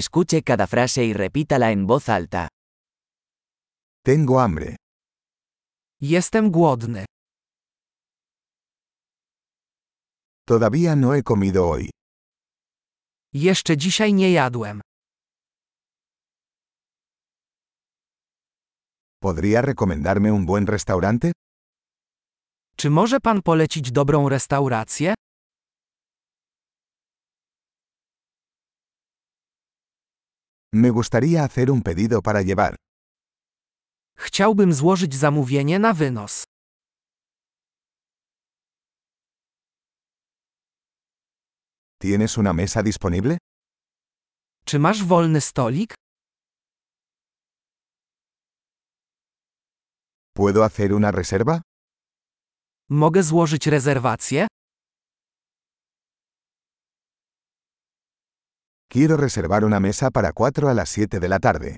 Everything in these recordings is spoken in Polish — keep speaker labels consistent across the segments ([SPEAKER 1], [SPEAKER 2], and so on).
[SPEAKER 1] Escuche cada frase y repítala en voz alta.
[SPEAKER 2] Tengo hambre.
[SPEAKER 3] Jestem głodny.
[SPEAKER 2] Todavía no he comido hoy.
[SPEAKER 3] Jeszcze dzisiaj nie jadłem.
[SPEAKER 2] ¿Podría recomendarme un buen restaurante?
[SPEAKER 3] Czy może pan polecić dobrą restaurację?
[SPEAKER 2] Me gustaría hacer un pedido para llevar.
[SPEAKER 3] Chciałbym złożyć zamówienie na wynos.
[SPEAKER 2] ¿Tienes una mesa disponible?
[SPEAKER 3] Czy masz wolny stolik?
[SPEAKER 2] ¿Puedo hacer una reserva?
[SPEAKER 3] Mogę złożyć rezerwację?
[SPEAKER 2] Quiero reservar una mesa para 4 a las 7 de la tarde.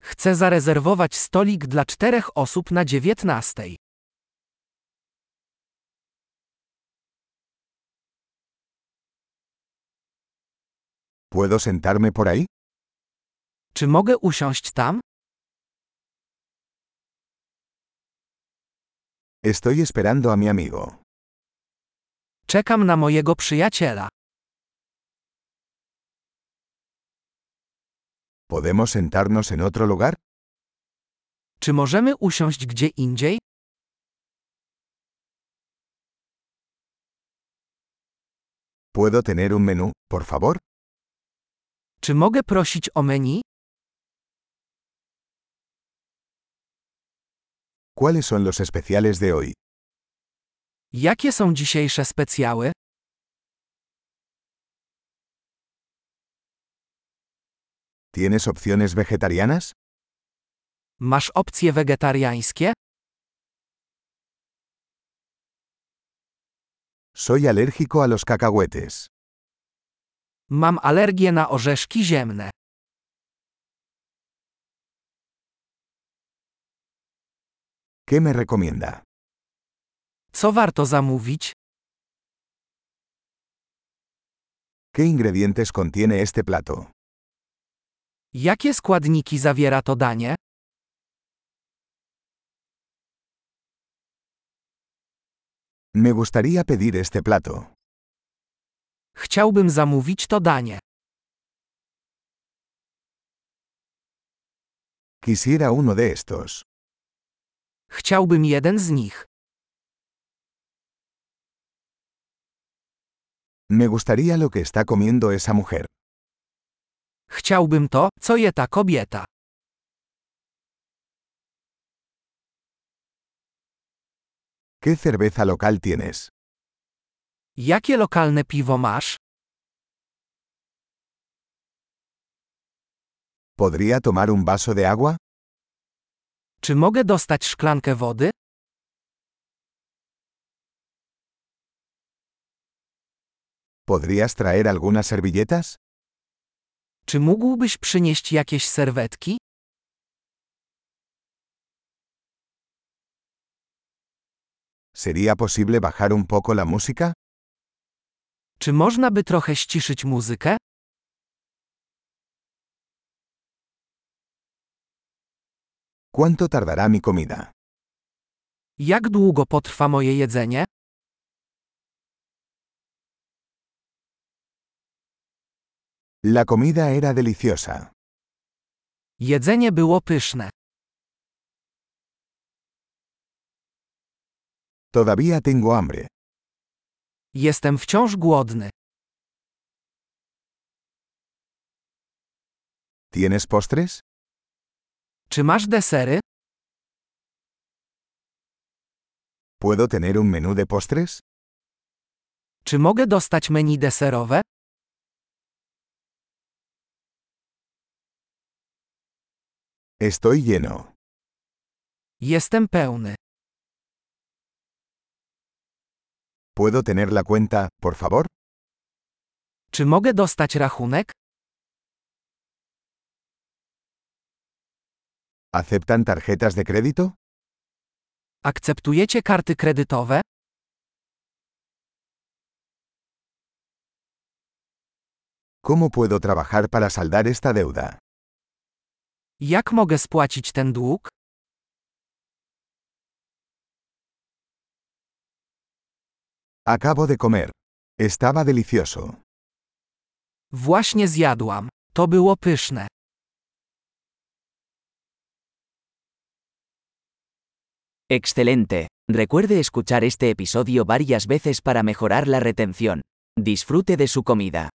[SPEAKER 3] Chcę zarezerwować stolik dla czterech osób na 19.
[SPEAKER 2] ¿Puedo sentarme por ahí?
[SPEAKER 3] Czy mogę usiąść tam?
[SPEAKER 2] Estoy esperando a mi amigo.
[SPEAKER 3] Czekam na mojego przyjaciela.
[SPEAKER 2] ¿Podemos sentarnos en otro lugar?
[SPEAKER 3] Czy możemy usiąść gdzie indziej?
[SPEAKER 2] ¿Puedo tener un menú, por favor?
[SPEAKER 3] Czy mogę prosić o menu?
[SPEAKER 2] ¿Cuáles son los especiales de hoy?
[SPEAKER 3] Jakie są dzisiejsze specjały?
[SPEAKER 2] ¿Tienes opciones vegetarianas?
[SPEAKER 3] Masz opcje wegetariańskie?
[SPEAKER 2] Soy alérgico a los cacahuetes.
[SPEAKER 3] Mam alergię na orzeszki ziemne.
[SPEAKER 2] ¿Qué me recomienda?
[SPEAKER 3] Co warto zamówić?
[SPEAKER 2] ¿Qué ingredientes contiene este plato?
[SPEAKER 3] Jakie składniki zawiera to danie?
[SPEAKER 2] Me gustaría pedir este plato.
[SPEAKER 3] Chciałbym zamówić to danie.
[SPEAKER 2] Quisiera uno de estos.
[SPEAKER 3] Chciałbym jeden z nich.
[SPEAKER 2] Me gustaría lo que está comiendo esa mujer.
[SPEAKER 3] Chciałbym to, co je ta kobieta.
[SPEAKER 2] ¿Qué cerveza local tienes?
[SPEAKER 3] Jakie lokalne piwo masz?
[SPEAKER 2] ¿Podría tomar un vaso de agua?
[SPEAKER 3] Czy mogę dostać szklankę wody?
[SPEAKER 2] ¿Podrías traer algunas servilletas?
[SPEAKER 3] Czy mógłbyś przynieść jakieś serwetki?
[SPEAKER 2] ¿Sería posible bajar un poco la música?
[SPEAKER 3] Czy można by trochę ściszyć muzykę?
[SPEAKER 2] ¿Cuánto tardará mi comida?
[SPEAKER 3] Jak długo potrwa moje jedzenie?
[SPEAKER 2] La comida era deliciosa.
[SPEAKER 3] Jedzenie było pyszne.
[SPEAKER 2] Todavía tengo hambre.
[SPEAKER 3] Jestem wciąż głodny.
[SPEAKER 2] ¿Tienes postres?
[SPEAKER 3] Czy masz desery?
[SPEAKER 2] ¿Puedo tener un menú de postres?
[SPEAKER 3] Czy mogę dostać menu deserowe?
[SPEAKER 2] Estoy lleno.
[SPEAKER 3] Jestem pełny.
[SPEAKER 2] ¿Puedo tener la cuenta, por favor?
[SPEAKER 3] Czy mogę dostać rachunek?
[SPEAKER 2] ¿Aceptan tarjetas de crédito?
[SPEAKER 3] Akceptujecie karty kredytowe?
[SPEAKER 2] ¿Cómo ¿Cómo puedo trabajar para saldar esta deuda?
[SPEAKER 3] Jak mogę spłacić ten dług?
[SPEAKER 2] Acabo de comer. Estaba delicioso.
[SPEAKER 3] Właśnie zjadłam. To było pyszne.
[SPEAKER 1] Excelente. Recuerde escuchar este episodio varias veces para mejorar la retención. Disfrute de su comida.